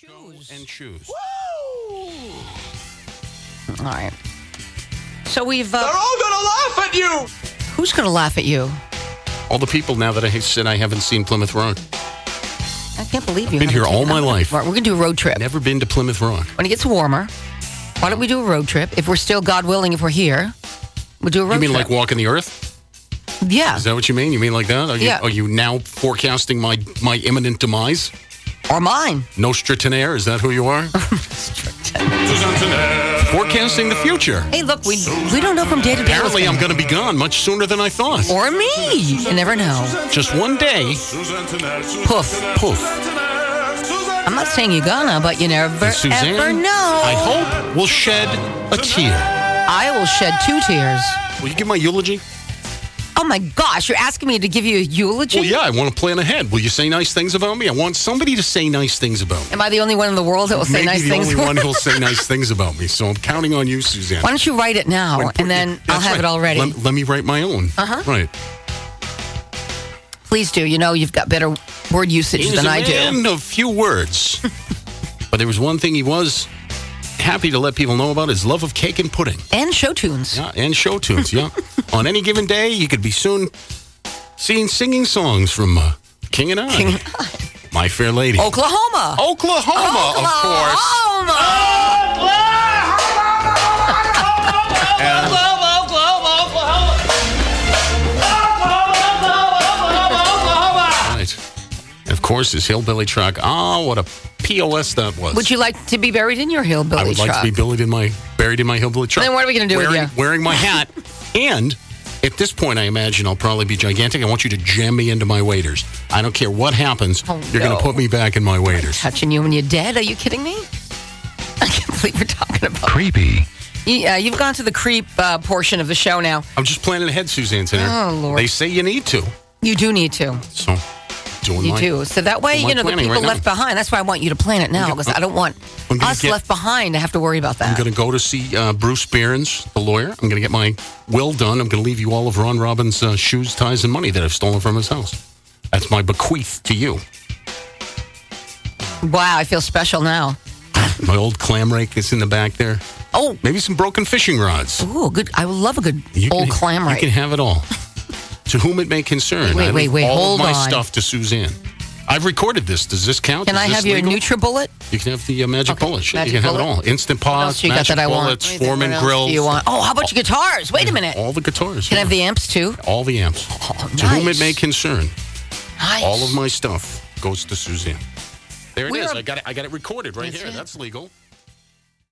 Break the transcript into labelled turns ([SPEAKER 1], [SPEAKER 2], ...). [SPEAKER 1] Choose. And choose.
[SPEAKER 2] All right. So we've. Uh,
[SPEAKER 3] all gonna laugh at you.
[SPEAKER 2] who's going to laugh at you?
[SPEAKER 1] All the people now that I said I haven't seen Plymouth Rock.
[SPEAKER 2] I can't believe you.
[SPEAKER 1] Been here
[SPEAKER 2] haven't taken
[SPEAKER 1] all my
[SPEAKER 2] off.
[SPEAKER 1] life.
[SPEAKER 2] All right, we're going to do a road trip.
[SPEAKER 1] Never been to Plymouth Rock.
[SPEAKER 2] When it gets warmer, why don't we do a road trip? If we're still, God willing, if we're here, we'll do a road
[SPEAKER 1] you mean
[SPEAKER 2] trip.
[SPEAKER 1] like walking the earth?
[SPEAKER 2] yeah.
[SPEAKER 1] Is that what you mean? You mean like that? Are you,
[SPEAKER 2] Yeah.
[SPEAKER 1] Are you now forecasting my my imminent demise?
[SPEAKER 2] Or mine.
[SPEAKER 1] Nostrataner, is that who you are? forecasting the future.
[SPEAKER 2] Hey, look, we we don't know from day to day. what's
[SPEAKER 1] Apparently, I'm
[SPEAKER 2] gonna-
[SPEAKER 1] going to be gone much sooner than I thought.
[SPEAKER 2] Or me. You never know.
[SPEAKER 1] Just one day.
[SPEAKER 2] Poof.
[SPEAKER 1] Poof.
[SPEAKER 2] I'm not saying you're gonna, but you never
[SPEAKER 1] And Suzanne,
[SPEAKER 2] ever know.
[SPEAKER 1] I hope will shed a tear.
[SPEAKER 2] I will shed two tears.
[SPEAKER 1] Will you give my eulogy?
[SPEAKER 2] Oh my gosh, you're asking me to give you a eulogy?
[SPEAKER 1] Well, yeah, I want to plan ahead. Will you say nice things about me? I want somebody to say nice things about me.
[SPEAKER 2] Am I the only one in the world that will say
[SPEAKER 1] Maybe
[SPEAKER 2] nice
[SPEAKER 1] the
[SPEAKER 2] things?
[SPEAKER 1] only one who'll say nice things about me. So I'm counting on you, Suzanne.
[SPEAKER 2] Why don't you write it now,
[SPEAKER 1] When-
[SPEAKER 2] and then I'll
[SPEAKER 1] That's
[SPEAKER 2] have
[SPEAKER 1] right.
[SPEAKER 2] it all ready.
[SPEAKER 1] Lem- Let, me write my own. Uh-huh. Right.
[SPEAKER 2] Please do. You know you've got better word usage
[SPEAKER 1] was
[SPEAKER 2] than
[SPEAKER 1] a
[SPEAKER 2] I do.
[SPEAKER 1] man of few words. but there was one thing he was happy to let people know about his love of cake and pudding.
[SPEAKER 2] And show tunes.
[SPEAKER 1] Yeah, and show tunes. Yeah. On any given day, you could be soon seeing singing songs from uh, King and I, My Fair Lady,
[SPEAKER 2] Oklahoma.
[SPEAKER 1] Oklahoma, of course, Ah!
[SPEAKER 2] Oklahoma.
[SPEAKER 1] right. And of course, his hillbilly truck. Ah, what a pos that was.
[SPEAKER 2] Would you like to be buried in your hillbilly
[SPEAKER 1] I would like
[SPEAKER 2] truck?
[SPEAKER 1] to be buried in my buried in my hillbilly truck.
[SPEAKER 2] Then what are we gonna do with
[SPEAKER 1] Wearing,
[SPEAKER 2] you?
[SPEAKER 1] wearing my hat, and at this point, I imagine I'll probably be gigantic. I want you to jam me into my waders. I don't care what happens.
[SPEAKER 2] Oh,
[SPEAKER 1] you're
[SPEAKER 2] no.
[SPEAKER 1] going to put me back in my waders.
[SPEAKER 2] Touching you when you're dead? Are you kidding me? I can't believe we're talking about.
[SPEAKER 4] Creepy.
[SPEAKER 2] Yeah, you've gone to the creep uh, portion of the show now.
[SPEAKER 1] I'm just planning ahead, Suzanne. Tanner.
[SPEAKER 2] Oh, Lord.
[SPEAKER 1] They say you need to,
[SPEAKER 2] You do need to.
[SPEAKER 1] so doing
[SPEAKER 2] You
[SPEAKER 1] my-
[SPEAKER 2] do. So that way,
[SPEAKER 1] doing my
[SPEAKER 2] you know, the
[SPEAKER 1] planning
[SPEAKER 2] people
[SPEAKER 1] right now.
[SPEAKER 2] left behind. That's why I want you to plan it now because I don't want
[SPEAKER 1] I'm gonna
[SPEAKER 2] us
[SPEAKER 1] get-
[SPEAKER 2] left behind to have to worry about that.
[SPEAKER 1] I'm going to go to see uh, Bruce Behrens, the lawyer. I'm going to get my will done. I'm going to leave you all of Ron Robbins' uh, shoes, ties, and money that I've stolen from his house. That's my bequeath to you.
[SPEAKER 2] Wow, I feel special now.
[SPEAKER 1] My old clam rake that's in the back there.
[SPEAKER 2] Oh,
[SPEAKER 1] Maybe some broken fishing rods.
[SPEAKER 2] ooh, good. I would love a good
[SPEAKER 1] You
[SPEAKER 2] old
[SPEAKER 1] can,
[SPEAKER 2] clam
[SPEAKER 1] You can
[SPEAKER 2] rake.
[SPEAKER 1] have it all. to whom it may concern.
[SPEAKER 2] Wait,
[SPEAKER 1] I
[SPEAKER 2] wait,
[SPEAKER 1] leave
[SPEAKER 2] wait,
[SPEAKER 1] All
[SPEAKER 2] hold
[SPEAKER 1] of my
[SPEAKER 2] on.
[SPEAKER 1] stuff to Suzanne. I've recorded this. Does this count?
[SPEAKER 2] Can
[SPEAKER 1] Is
[SPEAKER 2] I
[SPEAKER 1] this
[SPEAKER 2] have your
[SPEAKER 1] legal?
[SPEAKER 2] NutriBullet?
[SPEAKER 1] You can have the uh, magic
[SPEAKER 2] Okay,
[SPEAKER 1] bullet. Shit,
[SPEAKER 2] magic
[SPEAKER 1] you can have it
[SPEAKER 2] bullet.
[SPEAKER 1] all. Instant
[SPEAKER 2] What
[SPEAKER 1] pods,
[SPEAKER 2] else you got
[SPEAKER 1] magic
[SPEAKER 2] that I want?
[SPEAKER 1] bullets,
[SPEAKER 2] Let me think,
[SPEAKER 1] Foreman
[SPEAKER 2] what else
[SPEAKER 1] grills.
[SPEAKER 2] do you want? Oh, how about your guitars? Wait a minute.
[SPEAKER 1] All the guitars.
[SPEAKER 2] Can I have
[SPEAKER 1] yeah.
[SPEAKER 2] the Oh, amps too?
[SPEAKER 1] all the amps. To whom it may concern.
[SPEAKER 2] Nice.
[SPEAKER 1] All of my stuff goes to Suzanne. There it
[SPEAKER 2] We
[SPEAKER 1] is.
[SPEAKER 2] are-
[SPEAKER 1] I got it. I got it recorded right
[SPEAKER 2] That's
[SPEAKER 1] here.
[SPEAKER 2] it.
[SPEAKER 1] That's legal.